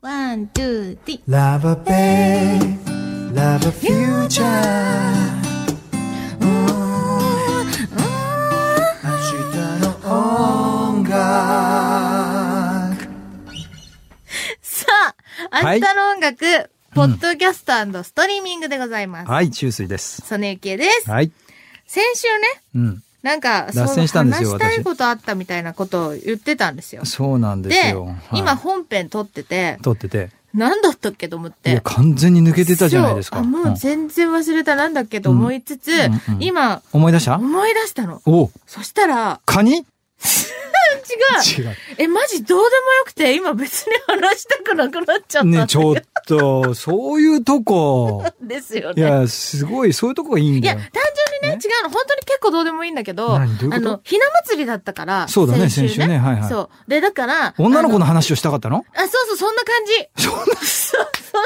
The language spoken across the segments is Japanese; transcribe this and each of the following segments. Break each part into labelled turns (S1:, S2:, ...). S1: ワン、ツー、ティ
S2: Love a bay, love a future. Ooh, 明日の音楽。
S1: さあ、明日の音楽、ポッドキャストストリーミングでございます。
S2: はい、中水です。
S1: ソネユキエです。
S2: はい。
S1: 先週ね、
S2: うん。
S1: なんか、その
S2: 脱線したんですよ
S1: 話したい
S2: 私
S1: ことあったみたいなことを言ってたんですよ。
S2: そうなんです
S1: で
S2: よ。はい、
S1: 今、本編撮ってて、
S2: 撮ってて。
S1: 何だったっけと思っ
S2: いや、
S1: て。
S2: 完全に抜けてたじゃないですか。
S1: そうあもう全然忘れたなんだっけと思いつつ、
S2: んうんうん
S1: 今、
S2: うん思い出した
S1: 思い出したの。
S2: お
S1: そしたら、
S2: カニ違う。
S1: 違う。え、マジどうでもよくて、今別に話したくなくなっちゃったんだ
S2: ね、
S1: け
S2: ち
S1: ど
S2: ょっと、そういうとこ。
S1: ですよ
S2: い
S1: ね。
S2: や、すごい、そういうとこがいいん
S1: い
S2: だ
S1: や、
S2: よ
S1: 単。純にね、違うの。本当に結構どうでもいいんだけど、あ
S2: 何どういうこと
S1: の、ひな祭りだったから、
S2: そうだね
S1: 先週ね。
S2: 先週ねはいはい
S1: そう。で、だから、
S2: 女の子の
S1: あ
S2: 話をしたかった の
S1: あ、そうそう、そんな感じ。
S2: そんな、
S1: そう、そん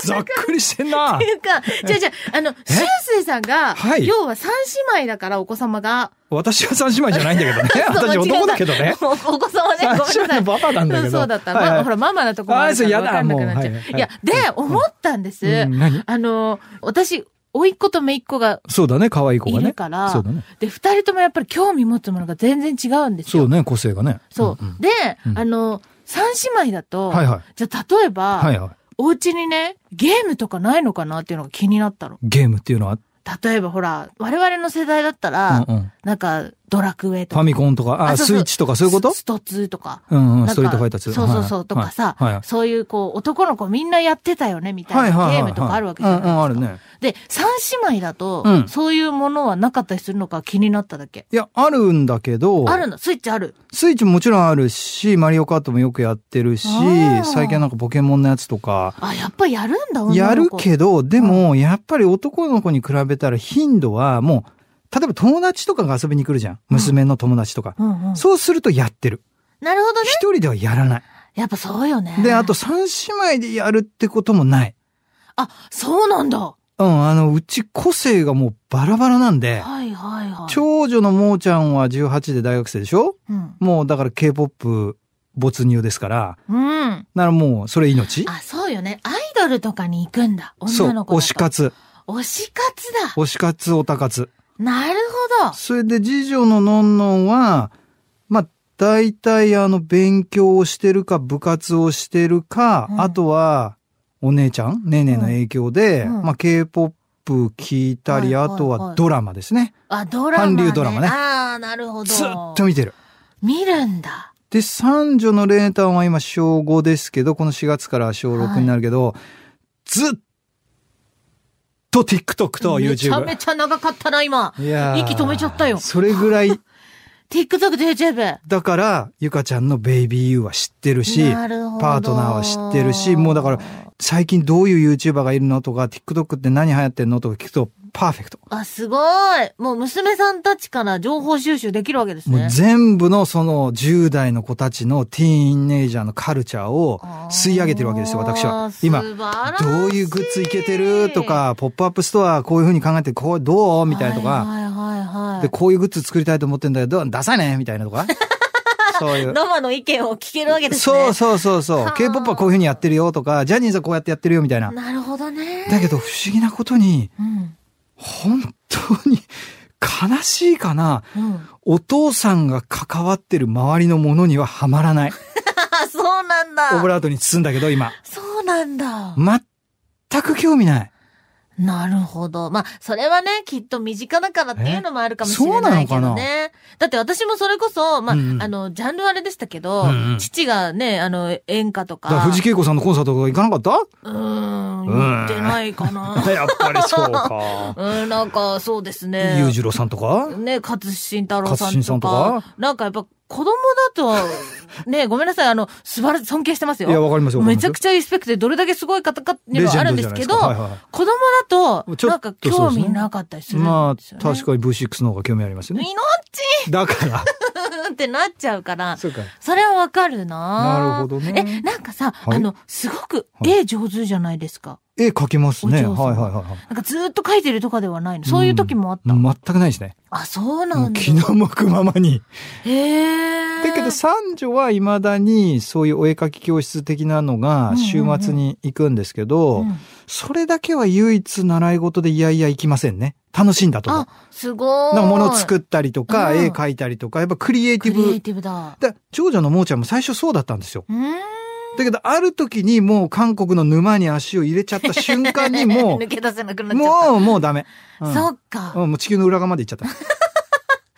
S2: ざ
S1: な
S2: っ
S1: 感じ。
S2: くりしてんな
S1: って。いうか、じゃじゃあの、
S2: え
S1: しゅうすいさんが、
S2: はい
S1: 要は三姉妹だから、お子様が。
S2: 私は三姉妹じゃないんだけどね。
S1: そう
S2: 私
S1: 間違えた
S2: 男だけどね。
S1: おお子様ね、ごめんなさ
S2: 三姉
S1: い
S2: 妹。のバカなんだけど。
S1: そうだった。
S2: はい
S1: ま
S2: は
S1: あ、
S2: い
S1: ほら、ママのとこもあるから分かんなくなっちゃう。
S2: あーそ
S1: いう
S2: やだ
S1: や、で、思ったんで
S2: う
S1: す。
S2: ん何
S1: あの、私、甥っ子と姪っ子が
S2: そうだね、可愛い子
S1: い
S2: がね
S1: る。から
S2: そうだね、
S1: で、二人ともやっぱり興味持つものが全然違うんです
S2: そ
S1: よ
S2: う。ね、個性がね。
S1: そう。
S2: んん
S1: で、
S2: うん
S1: あの、三姉妹だと、
S2: はいはい。
S1: じゃあ例えば、
S2: はいはい。
S1: お家にね、ゲームとかないのかなっていうのが気になったの。
S2: ゲームっていうのは、
S1: 例えばほら、我々の世代だったら、
S2: うんうん
S1: なんか、ドラクエと
S2: ファ
S1: か、
S2: ミコンとか、あ、
S1: あそう
S2: ス
S1: そう
S2: イッチとかそういうこと
S1: ススト2とか、
S2: うんうん、
S1: なんか
S2: ストリートファイター2。
S1: そうそうそう、
S2: はい
S1: とかさ、
S2: はいはい
S1: そういうこう、男の子みんなやってたよね、みた
S2: はい
S1: いな
S2: はいは
S1: ゲ
S2: いは
S1: ー
S2: い
S1: ムとかあるわけじゃないですか。
S2: うんうんあるね。
S1: で、三姉妹だと、
S2: うん
S1: そういうものはなかったりするのか気になっただけ。
S2: いや、あるんだけど、
S1: あるのスイッチある。
S2: スイッチももちろんあるし、マリオカートもよくやってるし
S1: あー、
S2: 最近はなんかポケモンのやつとか、
S1: あ、やっぱやるんだ、女の子。
S2: やるけど、でも、やっぱり男の子に比べたら頻度はもう、例えば友達とかが遊びに来るじゃん。娘の友達とか。
S1: うんうん。
S2: そうするとやってる。
S1: なるほどね。
S2: 一人ではやらな
S1: やっぱそうよね
S2: い。。で、あと、三姉妹でやるってこともない。
S1: あ、そうなんだ。は
S2: うん、あの、うち個性がもうバラバラなんで、
S1: いはいはい。
S2: 長女のもーちゃんは18で大学生でしょ
S1: うん。
S2: もうだから K-POP 没入ですから、
S1: うん。
S2: ならもうそれ命
S1: あ、そうよね。アイドルとかに行くんだ。
S2: そう、
S1: 女の子
S2: 推し
S1: だと。
S2: 活。
S1: 推し活だ。
S2: 推し活、オタ活。
S1: なるほど。
S2: それで次女ののんのんは、まあ、大体あの、勉強をしてるか、部活をしてるか、
S1: うん
S2: あとは、お姉ちゃん、ねえねえの影響で、
S1: うんうん
S2: まあ、K-POP 聞いたり、
S1: はいはいはい
S2: あとはドラマですね。
S1: あ、ドラマ、ね。
S2: 韓流ドラマね
S1: ああ、なるほど。
S2: ずっと見てる。
S1: 見るんだ。
S2: で、三女のレータンは今小5ですけど、この4月から小6になるけど、ずっと TikTok と
S1: めちゃ
S2: YouTube。
S1: めちゃ長かったな、今。
S2: いやー
S1: 息止めちゃったよ
S2: それぐらい
S1: TikTok と YouTube。
S2: だから、ゆかちゃんのベイビーユーは知って るし、
S1: なるほど
S2: パートナーは知ってるし、もうだから、最近どういう YouTuber がいるのとか、TikTok って何流行ってんのとか聞くと、パーフェクト。
S1: あ、すごい。もう娘さんたちから情報収集できるわけです
S2: も
S1: ね
S2: う。全部のその10代の子たちのティーンネイジャーのカルチャーを吸い上げてるわけですよ、
S1: あー
S2: 私は。今、
S1: 素晴らしい
S2: どういうグッズいけてるとか、ポップアップストアこういう風に考えて、こう、どうみたいなと
S1: は
S2: か、
S1: いはいはいはい
S2: で、こういうグッズ作りたいと思ってんだけど、ダサいねみたいな とか。そういう。
S1: 生の意見を聞けるわけですね。
S2: そうそうそうそ
S1: は
S2: う
S1: あ。
S2: K-POP はこういう風にやってるよとか、ジャニーズはこうやってやってるよみたいな。
S1: なるほどね。
S2: だけど不思議なことに、
S1: うん。
S2: 本当に悲しいかな。
S1: うん。
S2: お父さんが関わってる周りのものにはハマら ない。
S1: あ、そうなん
S2: オブ
S1: だ。
S2: ラートに包んだけど、今。
S1: そうなんだ。
S2: 全く興味ない。
S1: なるほど。まあ、それはね、きっと身近だからっていうのもあるかもし
S2: え
S1: れないけ
S2: そうな
S1: ど
S2: のか
S1: ね。だって私もそれこそ、まあ、
S2: うんうん
S1: あの、ジャンルはあれでしたけど、
S2: うんうん
S1: 父がね、あの、演歌とか。
S2: だから藤恵子さんのコンサートとか行かなかっ
S1: うーん、
S2: う
S1: 言
S2: ん
S1: ってないかな。
S2: たやっぱりそう か。
S1: うん、なんか、そうですね。
S2: 裕次郎さんとか
S1: ね、勝新太郎さん
S2: 勝新
S1: とか。
S2: さんとか
S1: なんかやっぱ子供だと、ね、 ごめんなさい、あの、素晴らしい、尊敬してますよ。
S2: いや、わかりますよ。
S1: めちゃく
S2: ち
S1: ちゃリスペクトで、どれだけすごい方かにはあるんですけど、
S2: はいは
S1: 子供だ
S2: ち
S1: と、
S2: ょ
S1: なん
S2: っ
S1: か
S2: と
S1: 興味なかったりす
S2: い。
S1: るん
S2: まあ、
S1: ですよ、ね。
S2: 確
S1: か
S2: かに V6 の方が興味ありますよね。
S1: 命
S2: だから。
S1: ってなっちゃうから、
S2: そうか。
S1: それはわかるな
S2: なるほどね
S1: え、なんかさ、
S2: はい
S1: あの、すごく
S2: はい
S1: 絵上手じゃないですか。
S2: 絵描きますね。はい
S1: お嬢様
S2: はいはいはい。
S1: なんかずーっと書いてるとかではないの。そういう時もあった。
S2: 全くないですね。
S1: あ、そうな
S2: もうん
S1: だ。
S2: 気の向くままに。
S1: へえ。
S2: だけど三女は未だにそういうお絵描き教室的なの
S1: うんうんう
S2: が
S1: ん
S2: 週末に行くんですけど、
S1: うん
S2: それだけは唯一習い事でいやいや行きませんね。楽しいんだと思う
S1: あ。、すごーい。
S2: なんか物作ったりとか、
S1: うん
S2: 絵描いたりとか、やっぱクリエイテ
S1: ク
S2: ィ
S1: リエイ
S2: ブ。
S1: ティブだ。
S2: だ長女のもーちゃんも最初そうだったんですよ。
S1: うーん。
S2: だけど、ある時にもう韓国の沼に足を入れちゃった瞬間 にも
S1: 抜け出せなく
S2: う、
S1: なっちゃっ
S2: もう、もうダメ。う
S1: た。
S2: ん
S1: そっか。
S2: うんもう地球の裏側まで行っちゃ っ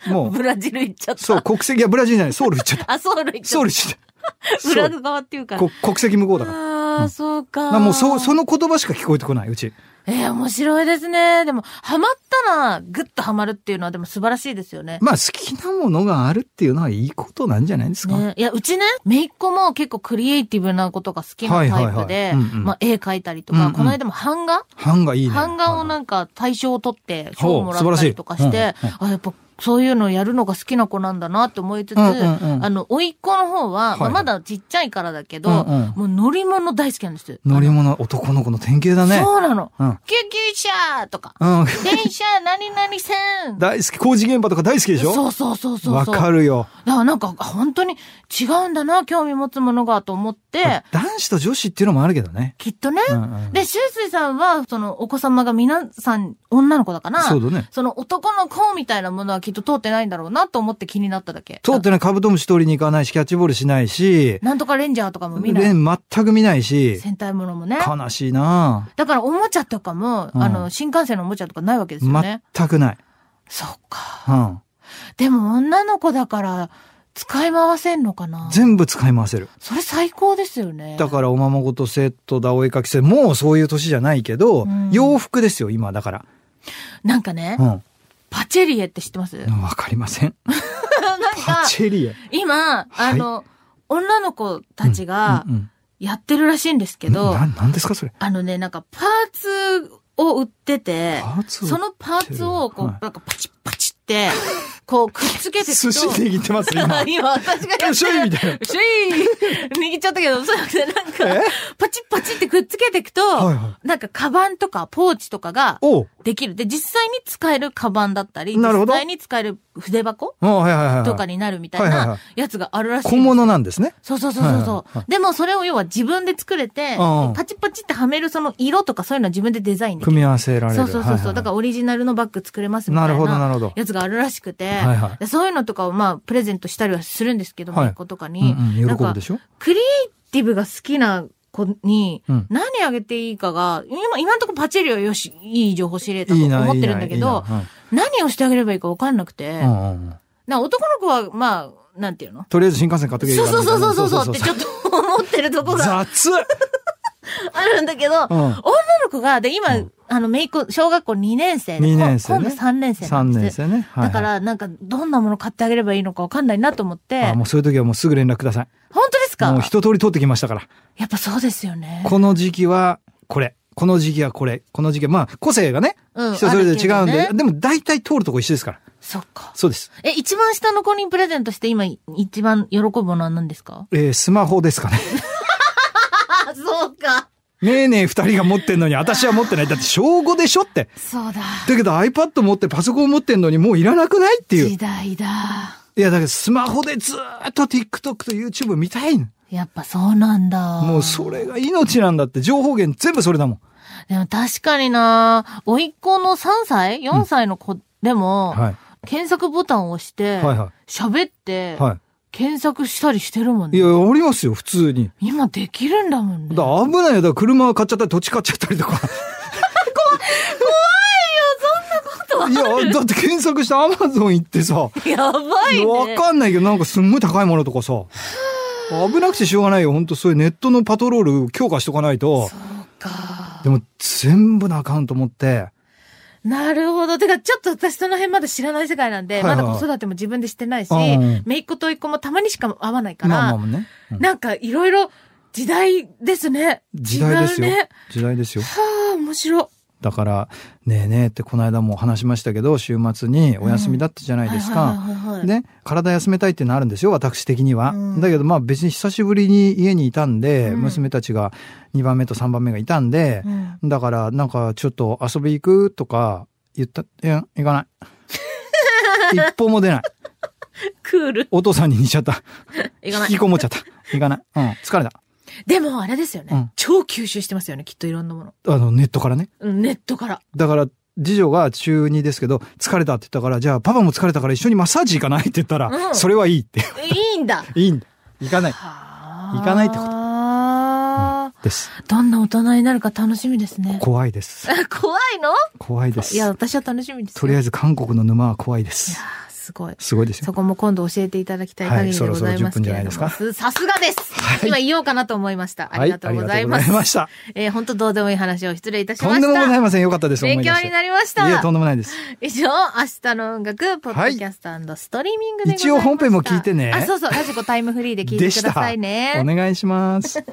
S2: た。もう、
S1: ブラジル行っちゃった。
S2: そう、国籍はブラジルじゃない、ソウル行っちゃった。
S1: あ、ソウル行っち
S2: ソ
S1: ゃ
S2: ウ
S1: っ
S2: ル行っちゃった。
S1: た。
S2: そ
S1: 裏
S2: う
S1: 側っていうか。
S2: こ国籍向こうだから。
S1: あ
S2: う
S1: あ、
S2: ん
S1: そう
S2: だ
S1: か。
S2: からもうそ、その言葉しか聞こえてこない、うち。
S1: えー、面白いですね。でも、ハマったら、ぐっとハマるっていうのは、でも素晴らしいですよね。
S2: まあ、好きなものがあるっていうのはいいことなんじゃないですか。
S1: ね、いや、うちね、めいっ子も結構クリエイティブなことが好きなタイプ
S2: はいはい
S1: で
S2: はいうんうん、
S1: まあ、絵描いたりと
S2: うん
S1: か、
S2: うん
S1: この間も版画
S2: 版がいいね。
S1: 版画をなんか大賞を取って賞をもらったりとか
S2: ほ
S1: し
S2: う素晴ら
S1: て
S2: しいうん、
S1: あ、やっぱそういうのやるのが好きな子なんだなって思いつつ、
S2: うんうんうん
S1: あの、甥いっ子の方は、
S2: い
S1: まあまだちっちゃいからだけど、
S2: うんうん
S1: もう乗り物大好きなんです。
S2: 乗り物、男の子の典型だね。
S1: そうなの。
S2: うん。
S1: 救急車と か、
S2: うん。
S1: 電車何々線
S2: 大好き、工事現場とか大好きでしょ
S1: そうそうそうそうそう。
S2: わかるよ。
S1: だからなんか、あ本当に違うんだな、興味持つものがと思って、
S2: 男子と女子っていうのもあるけどね。
S1: きっとね。
S2: うんうん
S1: で、シュウスイさんは、その、お子様が皆さん、女の子だから、
S2: そうだね。
S1: その男の子みたいなものはきっと通ってないんだろうなと思って気になっただけ。
S2: 通ってないカブトムシ取りに行かないし、キャッチボールしないし、
S1: なんとかレンジャーとかも見な
S2: レ
S1: い。
S2: ン全く見ないし、
S1: 戦隊ものもね。
S2: 悲しいな
S1: だからおもちゃとかも、
S2: うん
S1: あの、新幹線のおもちゃとかないわけですよね。
S2: 全くない。
S1: そうか。
S2: うん。
S1: でも女の子だから、使い回せんのかな
S2: 全部使い回せる。
S1: それ最高ですよね。
S2: だからおままごとセットだ、お絵かきセット、もうそういう年じゃないけど、
S1: うん
S2: 洋服ですよ、今だから。
S1: なんかね
S2: う、ん。
S1: パチェリエって知ってます なんか、
S2: わかりません。パチェリエ。
S1: 今、あの、女の子たちが
S2: うんうん
S1: やってるらしいんですけど、
S2: な、なんですか、それ。
S1: あのね、なんかパーツを売ってて
S2: パ、ーツ
S1: そのパーツを、こう、
S2: はい
S1: なんかパチッパチッって、こう、くっつけていくと。。
S2: 寿司握ってます、今
S1: 今、私がやってる。
S2: シュイみたいな。
S1: シュイ握っちゃったけど、そうじゃなくて、なん
S2: え
S1: か、パチッパチッってくっつけていくと、
S2: はいはい。
S1: なんか、カバンとか、ポーチとかが、
S2: おう
S1: できる。で、実際に使えるカバンだったり、
S2: なるほ
S1: 実
S2: ど
S1: 際に使える筆箱
S2: あはいはいはいはい。
S1: とかになるみたい
S2: はいはいは
S1: ないやつがあるらしいんです
S2: 小
S1: よ。
S2: 物なんですね。
S1: そうそうそうそうそう、
S2: はいはいは
S1: でもそれを要は自分で作れて、
S2: うん
S1: パチパチってはめるその色とかそういうのは自分でデザインでき
S2: 組
S1: る。
S2: み合わせられる。
S1: そうそうそうそう、
S2: はいはい
S1: だからオリジナルのバッグ作れますみたい
S2: なるほどなる
S1: な
S2: ほど
S1: やつがあるらしくて、
S2: はいはい
S1: でそういうのとかをまあプレゼントしたりはするんですけど、
S2: はい
S1: 甥っ子とかに、
S2: うんう、
S1: なんん
S2: 喜ぶ
S1: か
S2: でしょ
S1: クリエイティブが好きな子に
S2: うん
S1: 何あげていいかが、今今のところパチリはよし、いい情報知れたと
S2: いいな、
S1: 思っ
S2: いい
S1: てるん
S2: な、
S1: だ
S2: い
S1: け
S2: いな
S1: ど、。何をしてあげればいいかわかんなくて、
S2: うんうんうんうん
S1: な男の子はまあ、なんていうの
S2: とりあえず新幹線買っとけばいい
S1: そう
S2: か
S1: そ
S2: ら
S1: うそうそうそうそうっ
S2: み
S1: て
S2: たい
S1: ち
S2: な
S1: ょっと思ってるとこが
S2: 雑
S1: あるんだけど、
S2: うん
S1: 女の子が、で、今、
S2: うん
S1: あの、めいっ子、小学校2年生で、
S2: 二年生ね
S1: 今度3年生な
S2: !3
S1: んです。
S2: 年生ね。はいはい
S1: だか、ら、なんか、どんなもの買ってあげればいいのかわかんないなと思って、
S2: あもうそういう時はもうすぐ連絡ください。
S1: 本当ですか
S2: もう一通り通ってきましたから。
S1: やっぱそうですよね。
S2: この時期はこれ。この時期はこれ。この時期は、まあ、個性がね、
S1: うん
S2: 人それぞれ違うん
S1: あるけ
S2: で、
S1: どね
S2: でも大体通るとこ一緒ですから。
S1: そっか。
S2: そうです。
S1: え、一番下の子にプレゼントして今、一番喜ぶものは何ですか
S2: えースマホですかね。
S1: あ、そうか。
S2: ねえねえ二人が持ってんのに、私は持ってない。だって、小5でしょって。
S1: そうだ。
S2: だけど iPad 持ってパソコン持ってんのにもういらなくないっていう。
S1: 時代だ。
S2: いや、だけどスマホでずーっと TikTok と YouTube 見たいの。
S1: やっぱそうなんだ。
S2: もうそれが命なんだって。情報源全部それだもん。
S1: でも確かにな甥っ子の3歳 ?4 歳の子でも、
S2: はい。
S1: 検索ボタンを押して、
S2: はいは
S1: 喋って、
S2: は
S1: 検索したりしてるもん
S2: い。い
S1: ね。
S2: や、ありますよ、普通に。
S1: 今できるんだもんね。
S2: だから危ないよ。だから車買っちゃったり、土地買っちゃったりとか。
S1: 怖いよ、
S2: いや
S1: そんなことは。、
S2: だって検索して Amazon 行ってさ、わ
S1: やばいね。
S2: かんないけど、なんかすんごい高いものとかさ。危なくてしょうがないよ。ほんとそういうネットのパトロール強化しとかないと。
S1: そうか。
S2: でも全部のアカウント持って、
S1: なるほど。てか、ちょっと私その辺まだ知らない世界なんで、
S2: はいはい
S1: まだ子育ても自分でしてないし、
S2: うんうん
S1: めいっ子といっ子もたまにしか会わないから、
S2: まあまあね。うん
S1: なんかいろいろ時代ですね。
S2: 時代ですよ
S1: 違うね。。
S2: 時代ですよ。
S1: はあ、面白い。
S2: だから、ねえねえってこの間も話しましたけど、週末にお休みだったじゃないですか。
S1: はいはいはいはい
S2: ね、体休めたいっていうのあるんですよ、私的には。
S1: うん
S2: だけど、まあ別に久しぶりに家にいたんで、
S1: うん
S2: 娘たちが2番目と3番目がいたんで、
S1: うん
S2: だからなんかちょっと遊び行くとか言った、いや、行 かない。一歩も出ない。
S1: クール。
S2: お父さんに似ちゃった。
S1: いかな
S2: 引き
S1: い。
S2: こもっちゃった。行かない。うん、疲れた。
S1: でも、あれですよね、
S2: うん
S1: 超吸収してますよね、きっといろんなもの。
S2: あの、ネットからね。
S1: うんネットから。
S2: だから、次女が中2ですけど、疲れたって言ったから、じゃあパパも疲れたから一緒にマッサージ行かないって言ったら、
S1: うん
S2: それはい いって。
S1: いいんだ。
S2: いいんだ。行かない。
S1: 行
S2: 行かないってこと
S1: あー
S2: です。
S1: どんな大人になるか楽しみですね。
S2: 怖いです。
S1: 怖いの
S2: 怖いです
S1: い。や、私は楽しみですよ。
S2: とりあえ
S1: ず。
S2: ず韓国の沼は怖い
S1: い
S2: で
S1: や
S2: す。
S1: ーすごい。
S2: すごいですよ。
S1: そこも今度教えていただきたい限りでございますけれども。
S2: はいそろそろ10分じゃないですか
S1: すさすがです、今言おうかなと思いました。ありがとうございます。
S2: はありがとうございました。
S1: えー、本当どうでもいい話を失礼いたしまし
S2: と
S1: た。
S2: んでもございません。よかったです。
S1: 勉強
S2: 思い出して
S1: になりました。
S2: いや、とんでもないです。
S1: 以上、明日の音楽、ポッドキャストストリーミングでございました、
S2: 一応本編も聞いてね
S1: あ、そうそう、ラジコタイムフリーで聞いてくださいね。
S2: お願いします。